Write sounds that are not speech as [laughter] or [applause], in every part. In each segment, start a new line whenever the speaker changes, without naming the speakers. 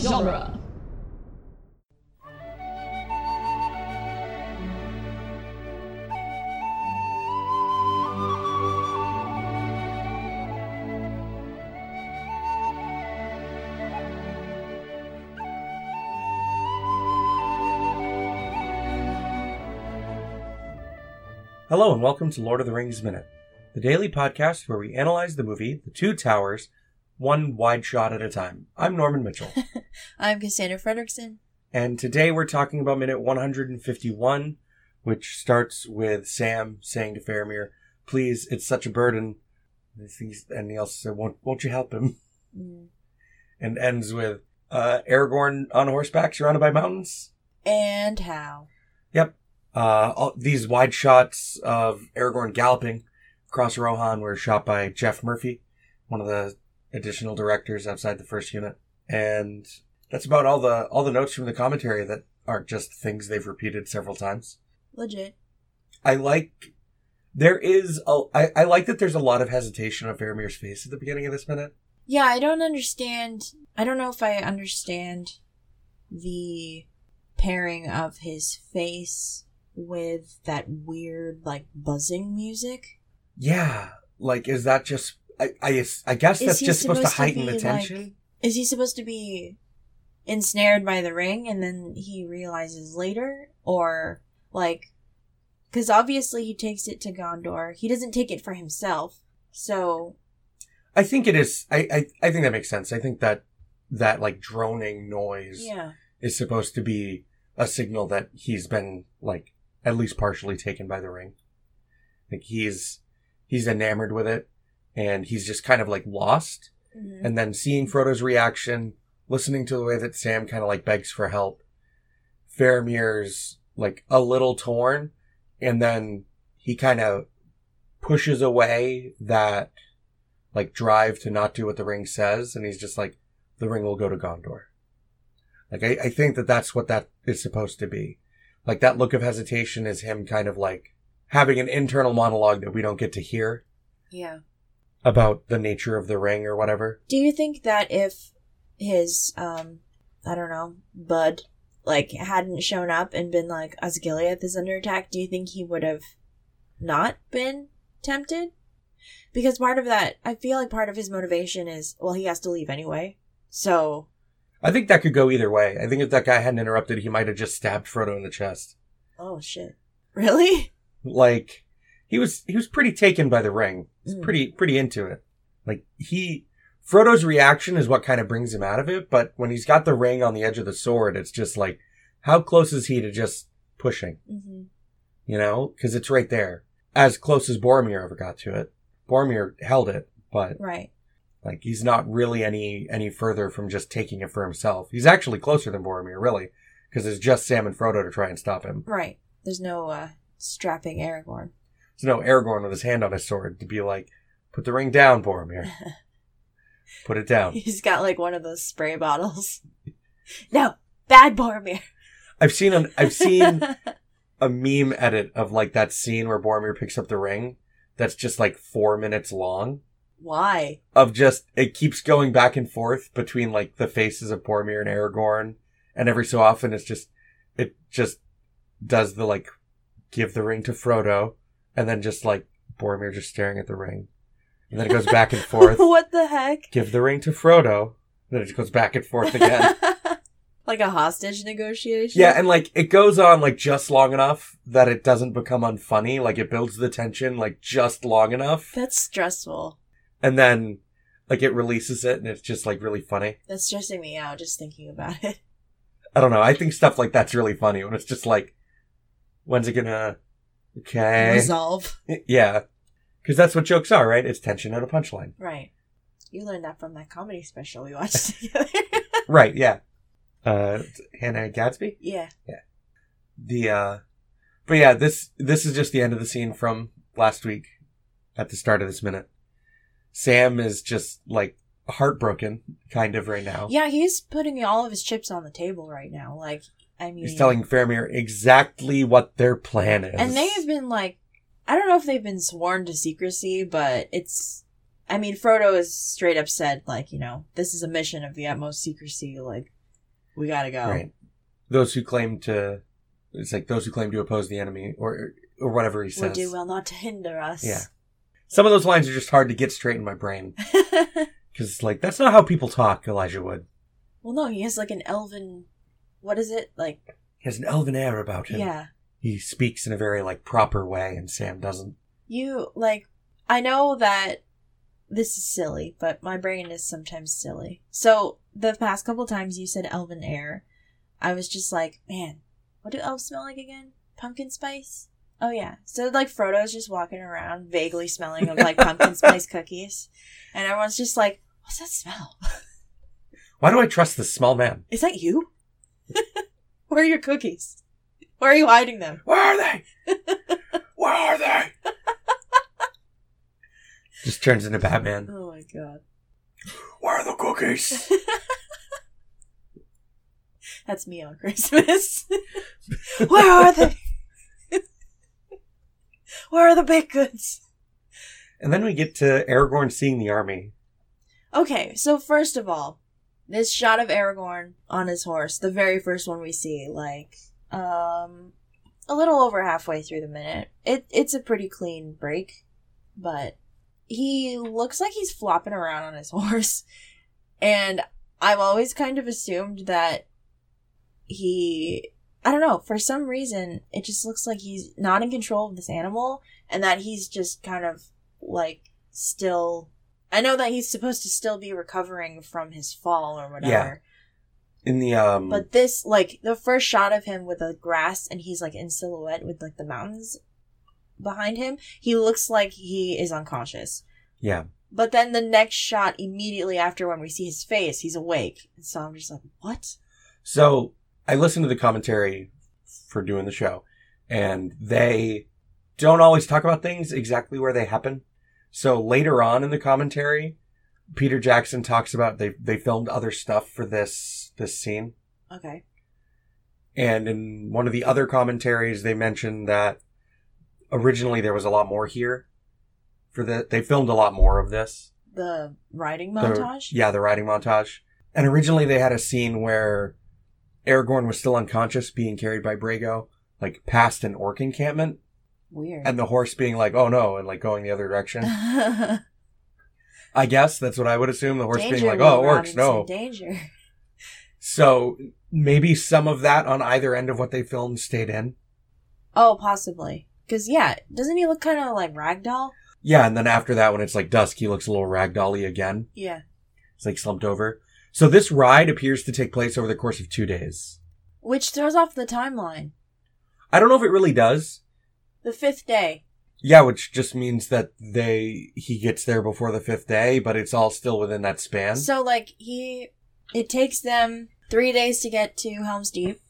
genre.
Hello and welcome to Lord of the Rings Minute, the daily podcast where we analyze the movie The Two Towers, one wide shot at a time. I'm Norman Mitchell,
I'm Cassandra Fredrickson.
and today we're talking about minute 151, which starts with Sam saying to Faramir, "Please, it's such a burden." And he's- and he also said, "Won't, won't you help him?"
Mm.
And ends with, uh, "Aragorn on horseback, surrounded by mountains."
And how?
Yep. Uh, all, these wide shots of Aragorn galloping across Rohan were shot by Jeff Murphy, one of the additional directors outside the first unit. And that's about all the all the notes from the commentary that are just things they've repeated several times.
Legit.
I like there is a I, I like that there's a lot of hesitation on Faramir's face at the beginning of this minute.
Yeah, I don't understand. I don't know if I understand the pairing of his face with that weird, like, buzzing music.
Yeah, like is that just I I, I guess
Is
that's
he
just supposed,
supposed to
to heighten
be,
the
like-
tension.
Is he supposed to be ensnared by the ring and then he realizes later? Or, like, because obviously he takes it to Gondor. He doesn't take it for himself. So,
I think it is. I, I I think that makes sense. I think that that like droning noise
yeah.
is supposed to be a signal that he's been like at least partially taken by the ring. Like he's he's enamored with it, and he's just kind of like lost.
Mhm.
And then seeing Frodo's reaction, listening to the way that Sam kind of like begs for help, Faramir's like a little torn, and then he kind of pushes away that like drive to not do what the ring says, and he's just like, the ring will go to Gondor. Like I, I think that that's what that is supposed to be. Like that look of hesitation is him kind of like having an internal monologue that we don't get to hear
Yeah.
about the nature of the ring or whatever.
Do you think that if his, um, I don't know, bud, like, hadn't shown up and been like, Asgiliath is under attack, do you think he would have not been tempted? Because part of that, I feel like part of his motivation is, well, he has to leave anyway. So,
I think that could go either way. I think if that guy hadn't interrupted, he might have just stabbed Frodo in the chest.
oh shit. [laughs] Really?
Like he was he was pretty taken by the ring. He's
Mm.
pretty pretty into it. Like he Frodo's reaction is what kind of brings him out of it, but when he's got the ring on the edge of the sword, it's just like how close is he to just pushing,
Mm-hmm.
you know? Cuz it's right there. As close as Boromir ever got to it. Boromir held it, but
Right.
like he's not really any any further from just taking it for himself. He's actually closer than Boromir, really, because it's just Sam and Frodo to try and stop him.
Right. There's no, uh, strapping Aragorn.
So no Aragorn with his hand on his sword to be like, "Put the ring down, Boromir. Put it down."
[laughs] He's got like one of those spray bottles. [laughs] no, bad Boromir.
I've seen an I've seen a meme edit of like that scene where Boromir picks up the ring. That's just like four minutes long
[laughs] Why?
of just it keeps going back and forth between like the faces of Boromir and Aragorn, and every so often it's just it just does the like give the ring to Frodo, and then just like Boromir just staring at the ring, and then it goes back and forth.
[laughs] what the heck?
give the ring to Frodo, then it just goes back and forth
[laughs]
again.
like a hostage negotiation?
yeah, and like it goes on like just long enough that it doesn't become unfunny. Like it builds the tension like just long enough,
That's stressful.
and then like it releases it, and it's just like really funny.
That's stressing me out just thinking about it.
I don't know. I think stuff like that's really funny when it's just like, when's it gonna? Okay,
Resolve.
yeah, because that's what jokes are, right? It's tension and a punchline,
Right. You learned that from that comedy special we watched [laughs] together.
right? Yeah. Uh, Hannah Gadsby,
yeah.
the uh, but yeah, this this is just the end of the scene from last week. At the start of this minute, Sam is just like heartbroken, kind of right now.
Yeah, he's putting all of his chips on the table right now. Like, I mean.
He's telling Faramir exactly what their plan is,
And they have been like, I don't know if they've been sworn to secrecy, but it's. I mean, Frodo has straight up said, like, you know, this is a mission of the utmost secrecy. Like,
We gotta go.
Right. Those who claim to, it's like those who claim to oppose the enemy or or whatever he
Will
says.
do well not to hinder us.
Yeah. Some of those lines are just hard to get straight in my brain because it's like that's not how people talk. Elijah Wood
[laughs] well, no, he has like an elven. What is it like?
he has an elven air about him.
Yeah,
He speaks in a very like proper way, and Sam doesn't.
you like. I know that this is silly, but my brain is sometimes silly. So the past couple times you said elven air, I was just like, man, what do elves smell like again? Pumpkin spice. Oh yeah. So like Frodo's just walking around, vaguely smelling of like pumpkin spice cookies, and everyone's just like, what's that smell?
Why do I trust this small man?
Is that you? [laughs] Where are your cookies? Where are you hiding them?
Where are
[laughs]
they? Where are they? Just turns into
[laughs]
Batman.
Oh my god.
Where are the cookies?
That's me on [laughs] Christmas. Where are they? [laughs] Where are the baked goods?
And then we get to Aragorn seeing the army.
Okay, so first of all, this shot of Aragorn on his horse, the very first one we see, like, um, a little over halfway through the minute. It it's a pretty clean break, but he looks like he's flopping around on his [laughs] horse, and I've always kind of assumed that he, I don't know, for some reason, it just looks like he's not in control of this animal, and that he's just kind of like still I know that he's supposed to still be recovering from his fall or whatever.
In the um
But this, like, the first shot of him with the grass and he's, like, in silhouette with, like, the mountains behind him, he looks like he is unconscious.
Yeah.
But then the next shot, immediately after when we see his face, he's awake. And so I'm just like, what?
So I listened to the commentary for doing the show, and they don't always talk about things exactly where they happen. So later on in the commentary, Peter Jackson talks about they they filmed other stuff for this this scene,
Okay.
and in one of the other commentaries, they mentioned that originally there was a lot more here. For the they filmed a lot more of this.
The riding
The-
montage?
yeah, the riding montage. And originally they had a scene where Aragorn was still unconscious, being carried by Brago, like past an orc encampment,
Weird. [laughs]
and the horse being like, "Oh no!" and like going the other direction. I guess that's what I would assume. The horse
danger,
being like, "Oh,
Will
orcs, no."
Robinson, Danger.
So maybe some of that on either end of what they filmed stayed in.
Oh, possibly. Because, yeah, doesn't he look kind of like Ragdoll?
Yeah, and then after that, when it's like dusk, he looks a little ragdolly again.
Yeah.
He's like slumped over. So this ride appears to take place over the course of two days.
Which throws off the timeline.
I don't know if it really does.
The fifth day.
Yeah, which just means that they he gets there before the fifth day, but it's all still within that span.
So like he it takes them three days to get to Helm's Deep,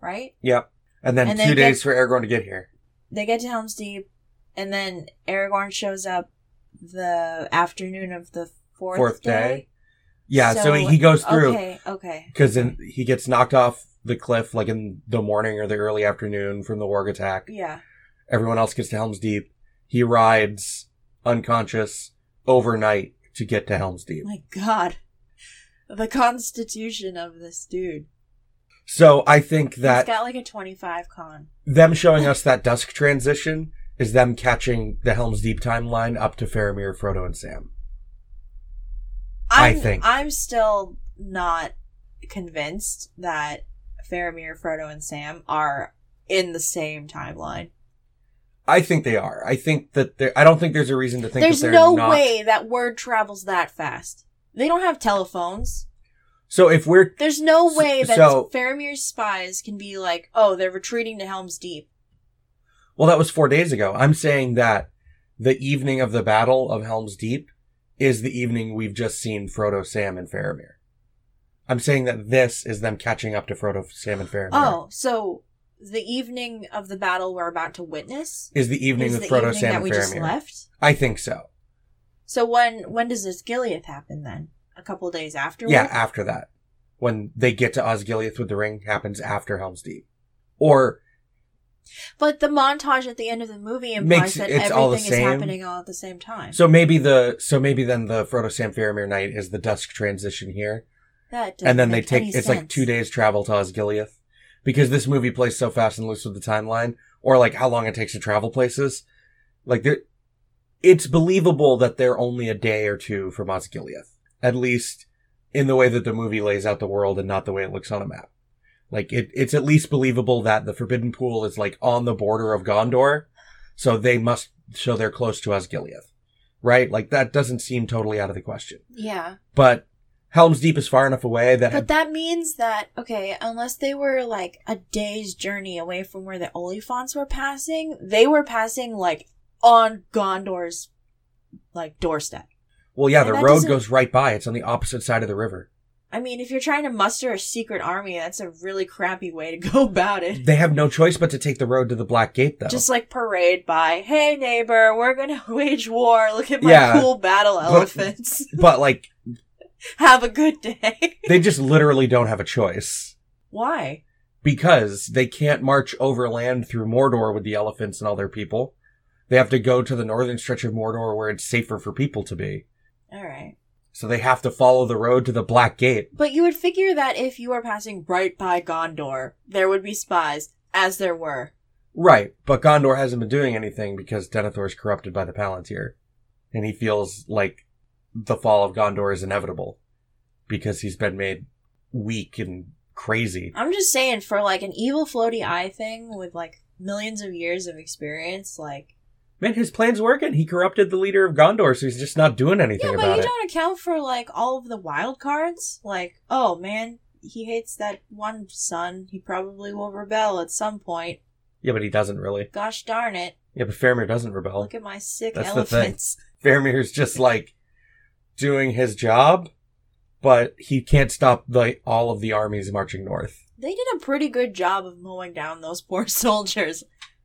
right?
yep. And then
And
two
they
days
get-
for Aragorn to get here.
They get to Helm's Deep and then Aragorn shows up the afternoon of the fourth,
Fourth
day.
day? Yeah, so, he goes through
Okay, okay.
because then he gets knocked off the cliff like in the morning or the early afternoon from the warg attack.
Yeah.
Everyone else gets to Helm's Deep. He rides unconscious overnight to get to Helm's Deep.
My god. The constitution of this dude.
So I think that
He's got like a twenty five con.
them showing us that dusk transition is them catching the Helm's Deep timeline up to Faramir, Frodo, and Sam. I
I'm,
think.
I'm still not convinced that Faramir, Frodo, and Sam are in the same timeline.
I think they are. I think that they're, I don't think there's a reason to think
There's
that they're
no
not.
way that word travels that fast. They don't have telephones.
So if we're
There's no
S-
way that
so-
Faramir's spies can be like, oh, they're retreating to Helm's Deep.
well, that was four days ago. I'm saying that the evening of the Battle of Helm's Deep is the evening we've just seen Frodo, Sam, and Faramir. I'm saying that this is them catching up to Frodo, Sam, and Faramir.
Oh, so the evening of the battle we're about to witness
is the evening
is
with
the
Frodo,
evening
Sam,
that
and
we just
Faramir?
left.
I think so.
So when when does this Gileath happen then? A couple days afterward.
Yeah, after that, when they get to Osgiliath with the ring, happens after Helm's Deep, or
But the montage at the end of the movie implies
Makes-
that
it's all the
everything is
same.
happening all at the same time.
So maybe the so maybe then the Frodo Sam Faramir night is the dusk transition here,
That doesn't
and then they
make
take
any
it's like
sense.
two days travel to Osgiliath because this movie plays so fast and loose with the timeline or like how long it takes to travel places. Like there, it's believable that they're only a day or two from Osgiliath, at least in the way that the movie lays out the world and not the way it looks on a map. Like it, it's at least believable that the Forbidden Pool is like on the border of Gondor, so they must so they're close to Osgiliath, right? Like that doesn't seem totally out of the question.
Yeah.
But Helm's Deep is far enough away that
But that means that okay, unless they were like a day's journey away from where the Oliphants were passing, they were passing like on Gondor's like doorstep.
Well, yeah,
And
the
that
road
doesn't-
goes right by. It's on the opposite side of the river.
I mean, if you're trying to muster a secret army, that's a really crappy way to go about it.
They have no choice but to take the road to the Black Gate, though.
Just like parade by, hey neighbor, we're gonna [laughs] wage war. Look at my
Yeah.
cool battle
But-
elephants.
[laughs]
[laughs]
But like,
Have a good day. [laughs]
they just literally don't have a choice
Why?
because they can't march overland through Mordor with the elephants and all their people. They have to go to the northern stretch of Mordor where it's safer for people to be.
All right.
So they have to follow the road to the Black Gate.
But you would figure that if you were passing right by Gondor, there would be spies, as there were.
Right, but Gondor hasn't been doing anything because Denethor is corrupted by the Palantir, and he feels like the fall of Gondor is inevitable because he's been made weak and crazy.
I'm just saying, for like an evil floaty eye thing with like millions of years of experience, like
Man, his plan's working. He corrupted the leader of Gondor, so he's just not doing anything
yeah, but
about
you
it.
don't account for like all of the wild cards. Like, oh man, he hates that one son. He probably will rebel at some point.
Yeah, but he doesn't really.
Gosh darn it!
Yeah, but Faramir doesn't rebel.
Look at my sick
That's the thing.
elephants. [laughs]
Faramir's just like doing his job, but he can't stop the all of the armies marching north.
They did a pretty good job of mowing down those poor [laughs] soldiers.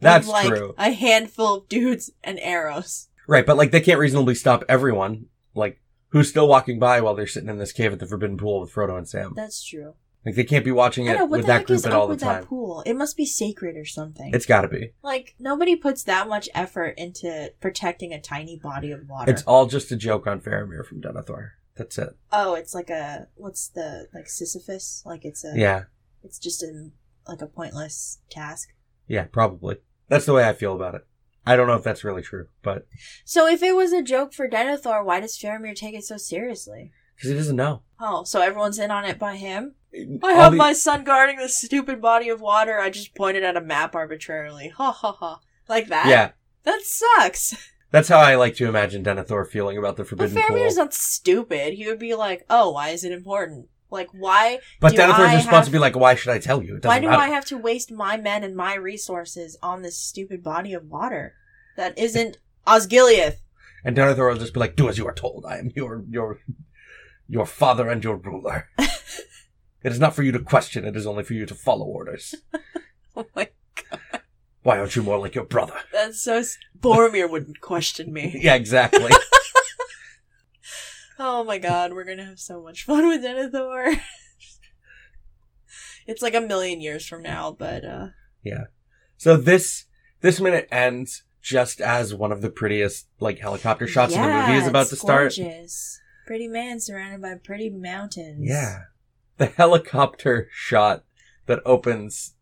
That's
with, like,
true.
A handful of dudes and arrows.
Right, but like they can't reasonably stop everyone. Like who's still walking by while they're sitting in this cave at the Forbidden Pool with Frodo and Sam?
That's true.
Like they can't be watching
I
it
don't know what
with
the
that
heck is
group at all
up
the
with
time.
that pool. It must be sacred or something.
It's got to be.
like nobody puts that much effort into protecting a tiny body of water.
It's all just a joke on Faramir from Denethor. That's it.
oh, it's like a what's the like Sisyphus? Like it's a
Yeah,
It's just a like a pointless task.
yeah, probably. That's the way I feel about it. I don't know if that's really true, but
So if it was a joke for Denethor, why does Faramir take it so seriously?
because he doesn't know.
Oh, so everyone's in on it by him? I
All
have
the-
my son guarding this stupid body of water. I just pointed at a map arbitrarily. Ha ha ha. Like that?
Yeah,
That sucks.
that's how I like to imagine Denethor feeling about the
But
Forbidden
Faramir's
Pool.
not stupid. He would be like, "Oh, why is it important? Like, why?
But
do
Denethor's
I
response
have-
would be like, "Why should I tell you? It doesn't
Why do
matter."
I have to waste my men and my resources on this stupid body of water that isn't Osgiliath?" [laughs]
And Denethor will just be like, "Do as you are told. I am your your your father and your
[laughs]
ruler. it is not for you to question. It is only for you to follow orders.
I'm like,
Why aren't you more like your
[laughs]
brother?"
Oh that's so. s- Boromir wouldn't question me.
[laughs] yeah, exactly.
Oh my god, we're gonna have so much fun with Denethor. [laughs] it's like a million years from now, but uh
so this this minute ends just as one of the prettiest like helicopter shots in the movie is
Yeah,
about
it's
to start.
gorgeous. Pretty man surrounded by pretty mountains.
Yeah, the helicopter shot that opens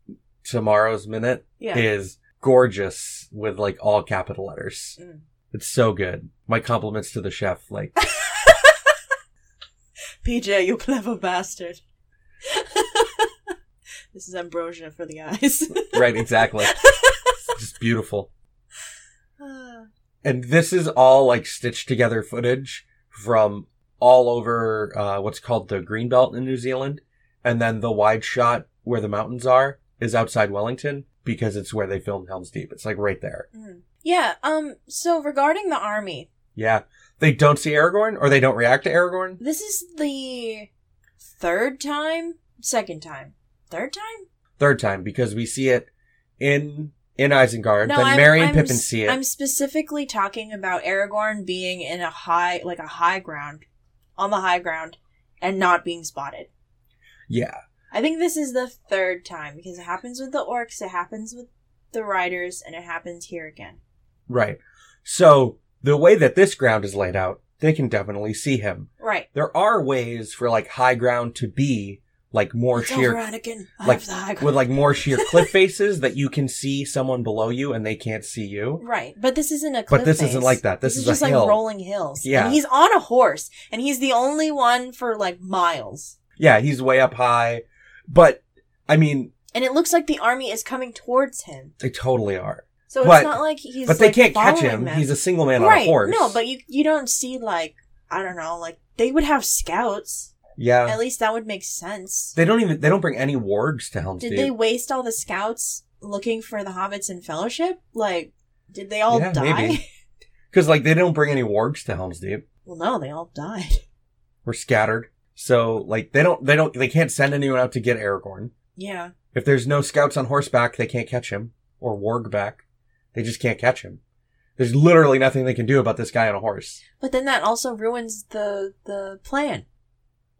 tomorrow's minute
Yeah.
is gorgeous with like all capital letters.
Mm.
It's so good. My compliments to the chef. Like.
PJ, you clever bastard. [laughs] this is ambrosia for the eyes. [laughs]
right, exactly. It's just beautiful.
Ah.
And this is all like stitched together footage from all over uh, what's called the Green Belt in New Zealand. And then the wide shot where the mountains are is outside Wellington because it's where they filmed Helm's Deep. It's like right there.
Mm. yeah, um, so regarding the army,
Yeah. They don't see Aragorn or they don't react to Aragorn.
this is the third time? Second time. Third time?
Third time because we see it in in Isengard. then
I'm-
Mary and
I'm
Pippin
s-
see it.
I'm specifically talking about Aragorn being in a high, like a high ground, on the high ground, and not being spotted.
yeah.
I think this is the third time because it happens with the orcs, it happens with the riders, and it happens here again.
Right. So the way that this ground is laid out they can definitely see him.
Right.
There are ways for like high ground to be like more
It's
sheer
over, Anakin. I
like,
have the high ground.
with like more sheer cliff faces that you can see someone below you and they can't see you.
Right, but this isn't a.
But
cliff
this isn't
face.
like that. This
is
is a
just like
hill.
rolling hills.
Yeah.
and he's on a horse, and he's the only one for like miles.
Yeah, he's way up high, but I mean,
And it looks like the army is coming towards him.
they totally are.
So it's
But-
not like he's.
but they
like,
can't catch
following
him.
them.
He's a single man on a
right.
horse.
No, but you you don't see like I don't know like they would have scouts.
yeah,
At least that would make sense.
they don't even they don't bring any wargs to Helm's
did
Deep.
they waste all the scouts looking for the hobbits in Fellowship? Like, did they all
Yeah,
die? [laughs]
maybe. Because like they don't bring any wargs to Helm's Deep.
well, no, they all died. [laughs]
We're scattered. So like they don't they don't they can't send anyone out to get Aragorn.
Yeah,
If there's no scouts on horseback, they can't catch him or warg back. They just can't catch him. There's literally nothing they can do about this guy on a horse.
but then that also ruins the the plan.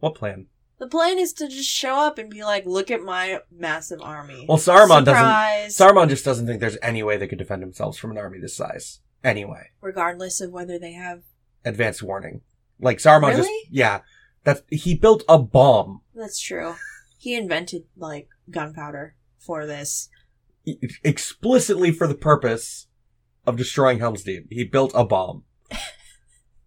What plan?
The plan is to just show up and be like, "Look at my massive army."
Well, Saruman
Surprise!
doesn't. Saruman just doesn't think there's any way they could defend themselves from an army this size. Anyway.
regardless of whether they have.
advance warning. Like Saruman just
Really?
yeah. That's he built a bomb.
That's true. He invented like gunpowder for this.
e- explicitly for the purpose of destroying Helm's Deep. He built a bomb. [laughs]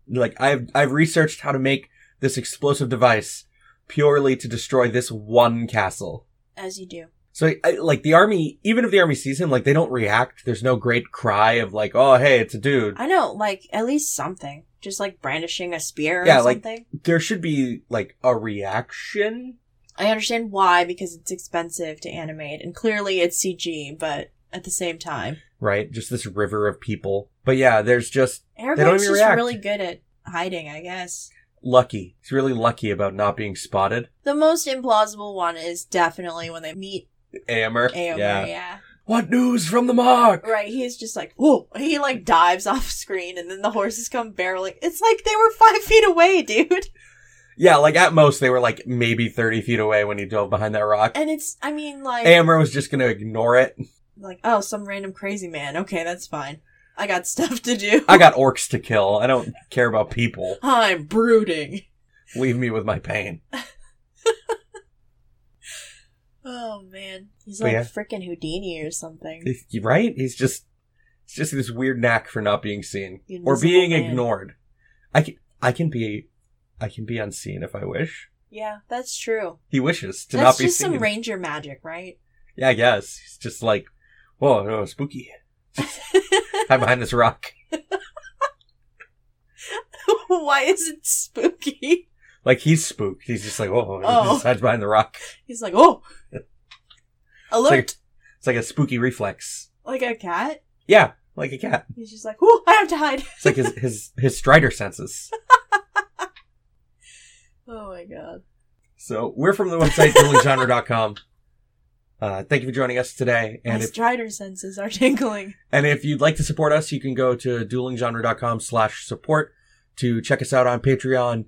like I've I've researched how to make this explosive device purely to destroy this one castle.
As you do.
So I, like the army, even if the army sees him, like they don't react. There's no great cry of like, "Oh, hey, it's a dude."
I know, like at least something, just like brandishing a spear or
Yeah, like-
something.
There should be like a reaction.
I understand why because it's expensive to animate, and clearly it's CG, but at the same time,
Right, just this river of people. But yeah, there's just don't
Aragorn's
even
just
react.
really good at hiding, I guess.
lucky. He's really lucky about not being spotted.
The most implausible one is definitely when they meet
Aomer.
Aomer.
Yeah.
yeah.
What news from the mark?
Right, he's just like, whoa. He like dives [laughs] off screen and then the horses come barreling. It's like they were five [laughs] feet away, dude.
Yeah, like at most they were like maybe 30 feet away when he dove behind that rock.
And it's, I mean, like,
Aomer was just going to ignore it.
like, oh, some random crazy man. Okay, that's fine. I got [laughs] stuff to do.
I got orcs to kill. I don't care about people.
I'm brooding.
Leave me with my pain.
Oh man, he's
But
like
yeah.
freaking Houdini or something.
He- Right? He's just, it's just this weird knack for not being seen
The
or
invisible
being
man.
ignored. I can, I can be, I can be unseen if I wish.
Yeah, that's true.
He wishes to
that's
not be
just
seen.
some ranger magic, right? [laughs]
yeah, I guess. He's just like, whoa, no,
[laughs]
spooky. Hide behind this rock.
Why is it spooky?
Like he's spooked. He's just like, oh,
Oh.
he just hides behind the rock.
He's like, oh,
It's like,
alert,
it's like a spooky reflex.
like a cat.
Yeah, like a cat.
He's just like, oh, I have to hide. [laughs]
It's like his his his Strider senses.
Oh my god.
So we're from the
[laughs]
website duelinggenre.com. Uh, thank you for joining us today.
My
And if,
strider senses are [laughs] tingling.
and if you'd like to support us, you can go to duelinggenre.com slash support to check us out on Patreon.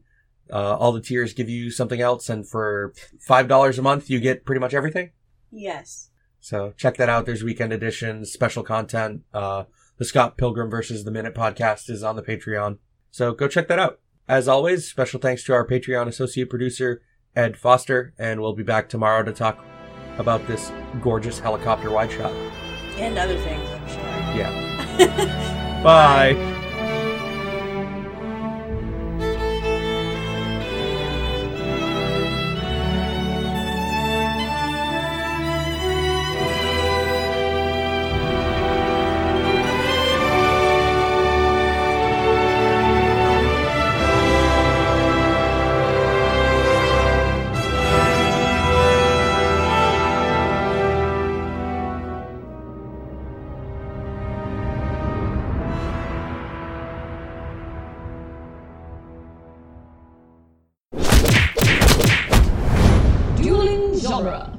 Uh, all the tiers give you something else, and for five dollars a month, you get pretty much everything.
Yes.
So check that out. There's weekend editions, special content. Uh, the Scott Pilgrim versus the Minute podcast is on the Patreon. So go check that out. As always, special thanks to our Patreon associate producer, Ed Foster, and we'll be back tomorrow to talk about this gorgeous helicopter wide shot.
And other things, I'm sure.
Bye.
Dueling genre.